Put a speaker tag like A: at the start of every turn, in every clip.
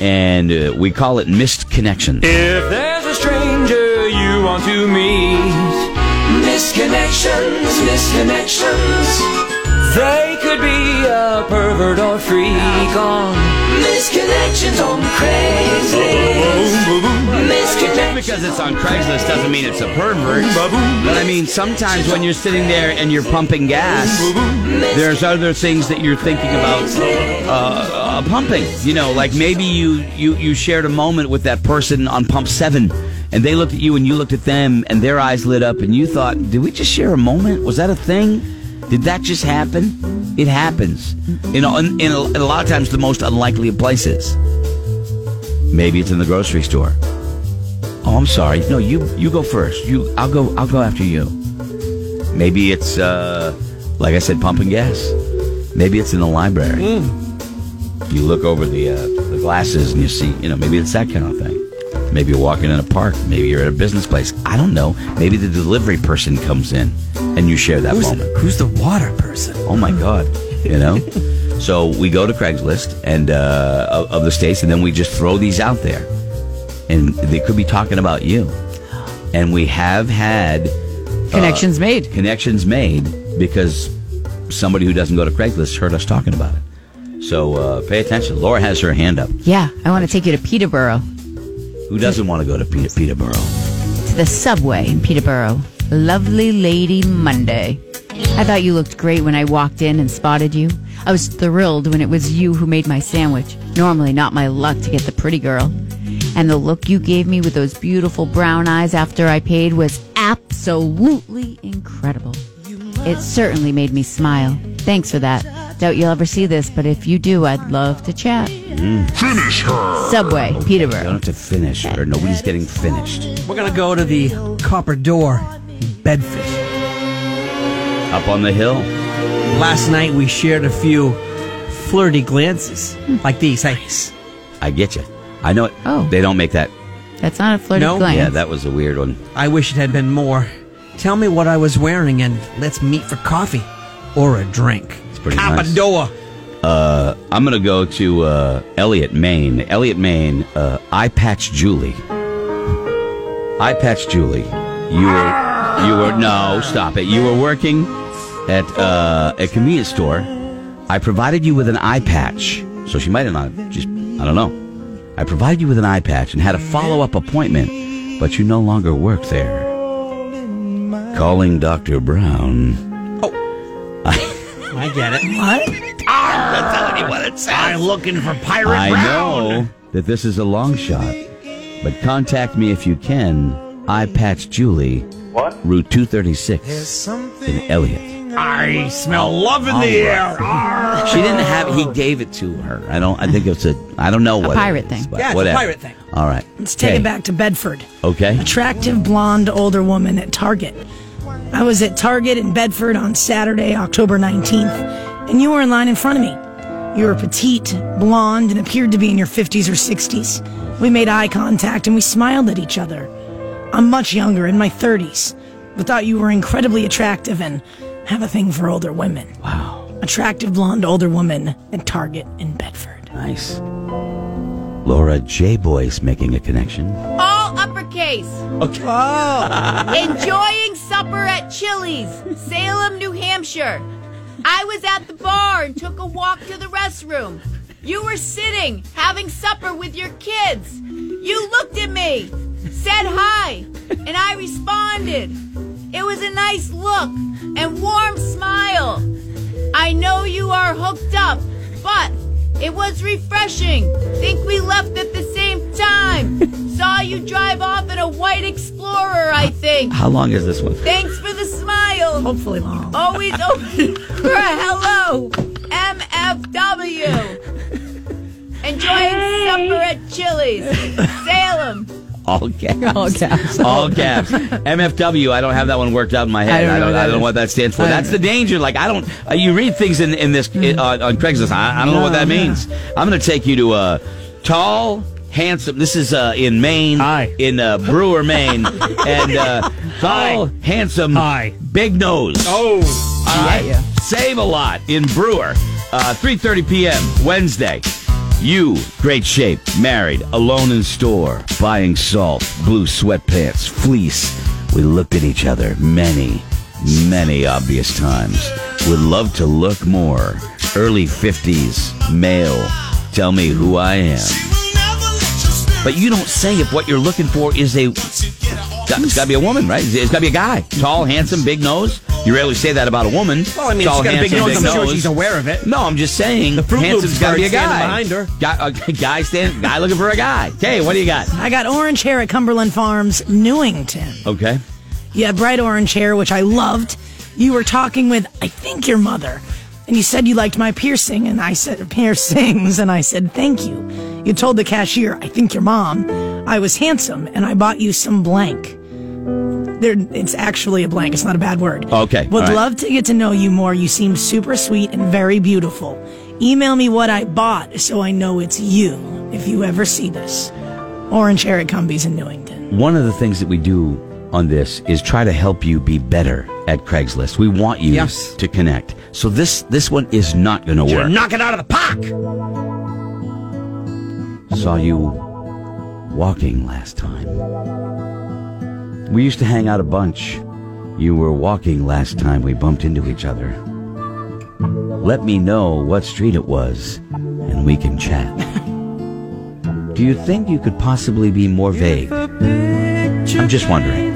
A: and uh, we call it missed connections.
B: If there's a stranger you want to meet,
C: Misconnections, misconnections,
B: they could be a pervert or freak on.
C: misconnections on Craigslist. Misconnections.
A: Because it's on Craigslist doesn't mean it's a pervert. But I mean, sometimes when you're sitting there and you're pumping gas, there's other things that you're thinking about uh, uh, pumping. You know, like maybe you, you you shared a moment with that person on pump seven, and they looked at you and you looked at them, and their eyes lit up, and you thought, "Did we just share a moment? Was that a thing? Did that just happen? It happens. You know, in, in, a, in a lot of times the most unlikely of places. Maybe it's in the grocery store." Oh, I'm sorry. No, you you go first. You I'll go I'll go after you. Maybe it's uh like I said pumping gas. Maybe it's in the library. You look over the uh, the glasses and you see, you know, maybe it's that kind of thing. Maybe you're walking in a park, maybe you're at a business place. I don't know. Maybe the delivery person comes in and you share that
D: Who's,
A: moment.
D: who's the water person?
A: Oh my God, you know? so we go to Craigslist and uh, of, of the states, and then we just throw these out there. And they could be talking about you. And we have had
E: Connections made.
A: connections made because somebody who doesn't go to Craigslist heard us talking about it. So uh, pay attention. Laura has her hand up.
E: Yeah, I want to take you to Peterborough,
A: Who doesn't want to go to Peter- Peterborough?
E: to the subway in Peterborough. Lovely Lady Monday. I thought you looked great when I walked in and spotted you. I was thrilled when it was you who made my sandwich. Normally, not my luck to get the pretty girl. And the look you gave me with those beautiful brown eyes after I paid was absolutely incredible. It certainly made me smile. Thanks for that. Doubt you'll ever see this, but if you do, I'd love to chat. Subway,
A: You
E: Peterborough.
A: don't have to finish her. Nobody's getting finished.
D: We're gonna go to the Copper Door, in Bedford.
A: Up on the hill.
D: Last night we shared a few flirty glances, like these. Hey, s-
A: I get you. I know it.
E: Oh.
A: They don't make that.
E: That's not a flirty
D: No?
E: glance.
A: Yeah, that was a weird one.
D: I wish it had been more. Tell me what I was wearing, and let's meet for coffee or a drink. It's
A: pretty
D: Copper
A: nice.
D: Door.
A: I'm gonna go to uh, Elliot, Maine. Elliot, Maine. Uh, Eye Patch Julie. Eye Patch Julie. You were, you were. No, stop it. You were working at uh, a convenience store. I provided you with an eye patch, so she might have not just. I don't know. I provided you with an eye patch and had a follow up appointment, but you no longer work there. Calling Doctor Brown.
D: I get it. Ah, What?
F: I'm looking for pirate
A: I know that this is a long shot, but contact me if you can. I patch Julie. What? Route 236 in Elliot.
F: I smell love
D: Oh,
F: in the air. Arr.
A: She didn't have. He gave it to her. I don't. I think it's a. I don't know what it
E: pirate
A: is,
E: thing.
A: but
D: Yeah, it's a
A: whatever.
D: pirate thing.
A: All right.
G: Let's take
A: Okay.
G: it back to Bedford.
A: Okay.
G: Attractive blonde older woman at Target. I was at Target in Bedford on Saturday, October 19th, and you were in line in front of me. You were petite, blonde, and appeared to be in your 50s or 60s. We made eye contact and we smiled at each other. I'm much younger, in my 30s, but thought you were incredibly attractive and have a thing for older women. Wow. Attractive blonde older woman at Target in Bedford.
A: Nice. Laura J. Boyce making a connection.
E: All uppercase. Okay. Enjoying supper at Chili's, Salem, New Hampshire. I was at the bar and took a walk to the restroom. You were sitting, having supper with your kids. You looked at me, said hi, and I responded. It was a nice look and warm smile. I know you are hooked up, but it was refreshing. Think we left at the same time. Saw you drive off in a white Explorer, I think.
A: How long is this one?
E: Thanks for the smile.
G: Hopefully long.
E: Always open for a hello, MFW. Enjoying supper at Chili's, Salem.
A: All caps.
E: All caps.
A: All caps. MFW. I don't have that one worked out in my head. I don't. I don't know, what that stands for. That's the danger. Like I don't. Uh, you read things in in this uh, on- on Craigslist. I, I don't know what that means. I'm going to take you to uh, tall, handsome. This is uh, in Maine.
F: Hi.
A: In uh, Brewer, Maine, and uh, tall, handsome,
F: Hi.
A: big nose.
F: Oh.
A: All right. Save a lot in Brewer, uh, 3:30 p.m. Wednesday. You, great shape, married, alone in store, buying salt, blue sweatpants, fleece. We looked at each other many, many obvious times. Would love to look more. Early 50s, male. Tell me who I am. But you don't say if what you're looking for is a. It's got to be a woman, right? It's got to be a guy. Tall, handsome, big nose. You rarely say that about a woman.
D: Well, I mean,
A: Tall,
D: she's got a big
A: handsome,
D: nose. I'm sure she's aware of it.
A: No, I'm just saying.
D: The Fruit Loops
A: handsome's got to be a
D: bird
A: guy
D: standing behind her.
A: Guy, a guy stand, guy looking for a guy. Okay, what do you got?
G: I got orange hair at Cumberland Farms, Newington.
A: Okay.
G: You had bright orange hair, which I loved. You were talking with, I think, your mother, and you said you liked my piercing, and I said piercings, and I said thank you. You told the cashier, I think your mom, I was handsome, and I bought you some blank. There, it's actually a blank. It's not a bad word.
A: Okay, all
G: Would
A: right.
G: love to get to know you more. You seem super sweet and very beautiful. Email me what I bought so I know it's you if you ever see this. Orange hair at Cumbies in Newington.
A: One of the things that we do on this is try to help you be better at Craigslist. We want you
D: Yes.
A: to connect. So this this one is not going to
F: You're
A: work.
F: knocking out of the park.
A: Saw you walking last time. We used to hang out a bunch. You were walking last time we bumped into each other. Let me know what street it was, and we can chat. Do you think you could possibly be more vague? I'm just wondering.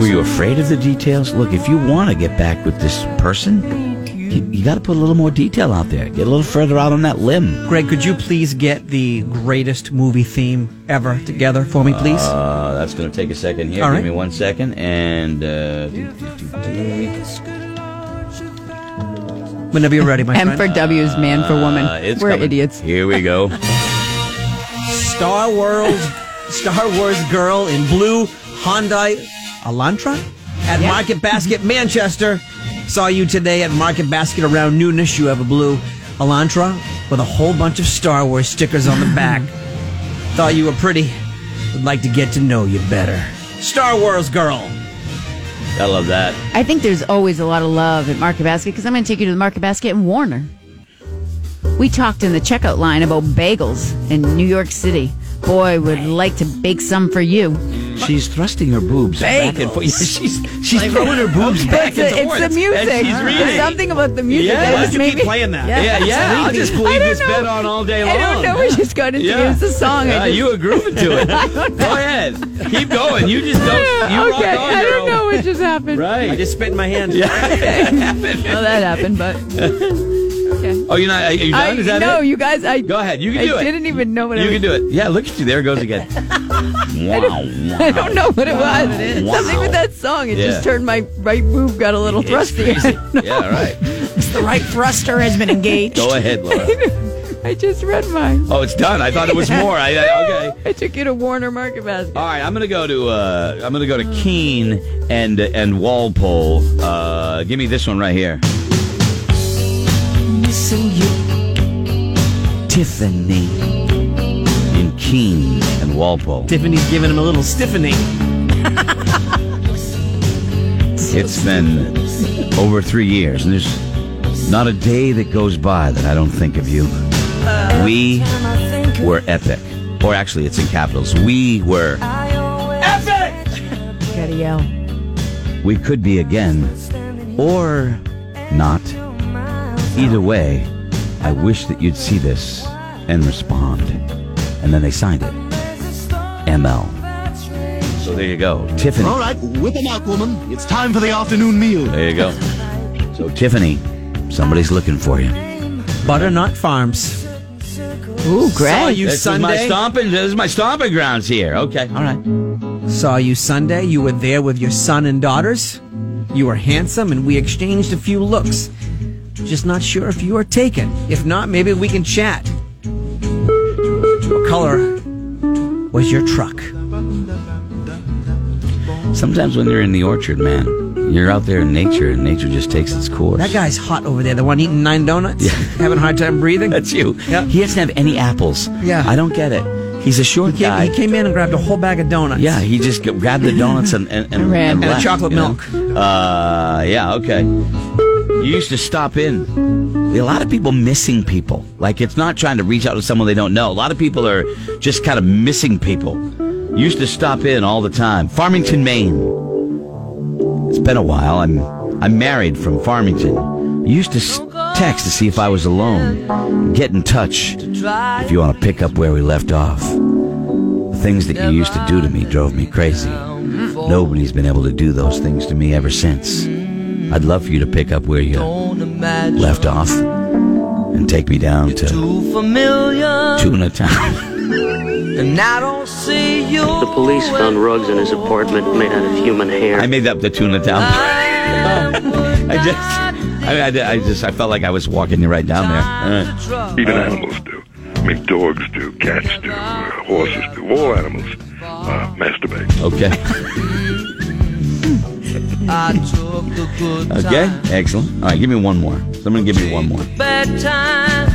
A: Were you afraid of the details? Look, if you want to get back with this person, you, you got to put a little more detail out there. Get a little further out on that limb.
D: Greg, could you please get the greatest movie theme ever together for me, please?
A: Uh, that's going to take a second here.
D: All
A: Give
D: right.
A: me one second. And uh, do-
D: Whenever you're ready, my
H: M
D: friend.
H: for W's man for woman.
A: uh, it's
H: We're
A: coming.
H: idiots.
A: Here we go.
D: Star Wars, Star Wars girl in blue Hyundai Elantra at Market Basket, Manchester. Saw you today at Market Basket around noonish. You have a blue Elantra with a whole bunch of Star Wars stickers on the back. Thought you were pretty. Would like to get to know you better. Star Wars girl.
A: I love that.
H: I think there's always a lot of love at Market Basket because I'm going to take you to the Market Basket in Warner. We talked in the checkout line about bagels in New York City. Boy, would like to bake some for you.
A: She's thrusting her boobs back and forth. Yeah, she's she's throwing her boobs back
H: It's,
A: and
H: the-
A: forth.
H: it's the music.
A: And she's
H: There's
A: reading.
H: something about the music.
A: Yeah.
H: that
A: Why'd
H: just
A: you
H: made
F: keep
H: me-
F: playing that?
A: Yeah, yeah. I'll
H: creepy.
A: just
H: I
A: leave
H: don't
A: this
H: know.
A: bed on all day long.
H: I don't know what she's going to do. It's a song.
A: Yeah, Uh,
H: I just-
A: you were grooving to it. Go ahead. Keep going. You just don't. You
H: okay,
A: rock on,
H: I
A: girl.
H: don't know what just happened.
D: I
A: Right.
D: just spit in my hand.
H: Well, that happened, but
A: Oh, you're not. Are you done?
H: I
A: Is that
H: no,
A: it?
H: you guys, I
A: Go ahead. You can
H: I
A: do it.
H: didn't even know what I
A: You
H: was-
A: can do it. Yeah, look at you. There it goes again. wow.
H: I don't know what it was.
A: Wow.
H: Something with that song. It
A: Yeah.
H: just turned my right boob got a little thrusty. I don't know.
A: Yeah, all right.
G: The right thruster has been engaged.
A: Go ahead, Laura.
H: I just read mine.
A: Oh, it's done. I thought it was more. I, I okay.
H: I took you to Warner Market Basket.
A: All right, I'm gonna go to uh, I'm gonna go to Keene and and Walpole. Uh, give me this one right here. Missing you, Tiffany. In Keene and Walpole.
D: Tiffany's giving him a little stiffening.
A: It's been over three years, and there's not a day that goes by that I don't think of you. We were epic. Or actually, it's in capitals. We were.
H: Gotta yell.
A: We could be again. Or not. Either way, I wish that you'd see this and respond. And then they signed it. ML. So there you go. Tiffany.
I: All right, whip 'em out, woman. It's time for the afternoon meal.
A: There you go. So, Tiffany, somebody's looking for you.
D: Butternut Farms.
H: Ooh,
D: Saw
H: Greg.
D: you
A: this
D: Sunday.
A: is my stomping. This is my stomping grounds here. Okay, all right.
D: Saw you Sunday. You were there with your son and daughters. You were handsome, and we exchanged a few looks. Just not sure if you are taken. If not, maybe we can chat. What color was your truck?
A: Sometimes when you're in the orchard, man, you're out there in nature, and nature just takes its course.
D: That guy's hot over there. The one eating nine donuts, having a hard time breathing.
A: That's you.
D: Yep.
A: He doesn't have any apples.
D: Yeah.
A: I don't get it. He's a short
D: He came,
A: guy.
D: he came in and grabbed a whole bag of donuts.
A: yeah, he just g- grabbed the donuts and and, and,
H: Ran.
A: and
H: And a
A: left,
D: chocolate
A: you know?
D: milk.
A: Uh, yeah, okay. You used to stop in. A lot of people missing people. Like it's not trying to reach out to someone they don't know. A lot of people are just kind of missing people. Used to stop in all the time. Farmington, Maine. It's been a while. I'm I'm married from Farmington. Used to s- text to see if I was alone. Get in touch if you want to pick up where we left off. The things that you used to do to me drove me crazy. Nobody's been able to do those things to me ever since. I'd love for you to pick up where you left off and take me down to
B: Too familiar,
A: Tuna Town.
B: and I don't see you.
J: The police found rugs in his apartment made out of human hair.
A: I made up the Tuna Town.
B: Oh,
A: I just, I, mean, I, did- I just, I felt like I was walking you right down there. All right.
K: Even animals do. I mean, dogs do, cats do, uh, horses do. All animals uh, masturbate.
A: Okay.
B: I took the good
A: Okay. Excellent. All right. Give me one more. Someone give me one more.
B: bad times.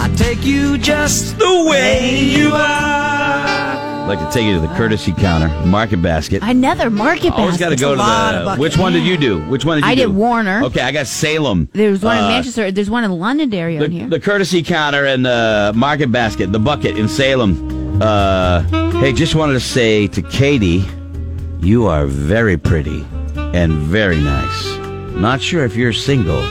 B: I take you just the way you are.
A: I'd like to take you to the courtesy counter, market basket.
H: Another market basket.
A: Always got to go to
D: lot of
A: the.
D: buckets.
A: Which one did you do? Which one did you
H: I
A: do?
H: did Warner.
A: Okay, I got Salem.
H: There's one in
A: Uh,
H: Manchester. There's one in Londonderry on
A: the,
H: here.
A: the courtesy counter and the market basket, the bucket in Salem. Uh, hey, just wanted to say to Katie, you are very pretty and very nice. Not sure if you're single,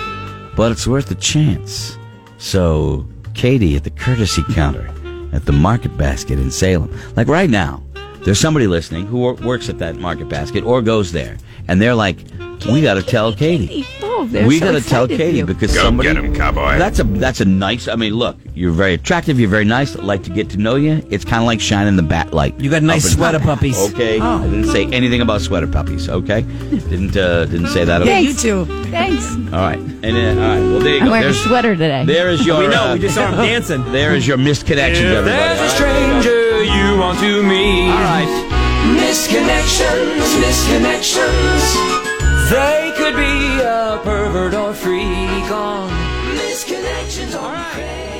A: but it's worth a chance. So, Katie at the courtesy counter at the market basket in Salem. Like right now, there's somebody listening who wor- works at that market basket or goes there, and they're like, we got to tell Katie.
H: Oh, they're
A: we
H: so
A: got to tell
H: excited for
A: Katie
H: you.
A: because
K: Go
A: somebody
K: get 'em, cowboy.
A: That's a that's a nice. I mean, look, you're very attractive. You're very nice. I'd like to get to know you. It's kind of like shining the bat light.
D: You got nice
A: up and-
D: sweater puppies. Oh.
A: Okay, I didn't say anything about sweater puppies. Okay, didn't uh, didn't say that. At
G: Yeah,
A: all.
G: you too.
H: Thanks.
A: All right, and then, all right. Well, there you go.
H: I'm wearing a
A: There's-
H: sweater today.
A: There is your.
D: We know.
A: uh,
D: We just saw him dancing.
A: There is your misconnection,
B: If
A: everybody.
B: there's a stranger you want to meet,
A: All right.
C: Misconnections, misconnections,
B: they could be a pervert or freak on.
C: misconnections on craze.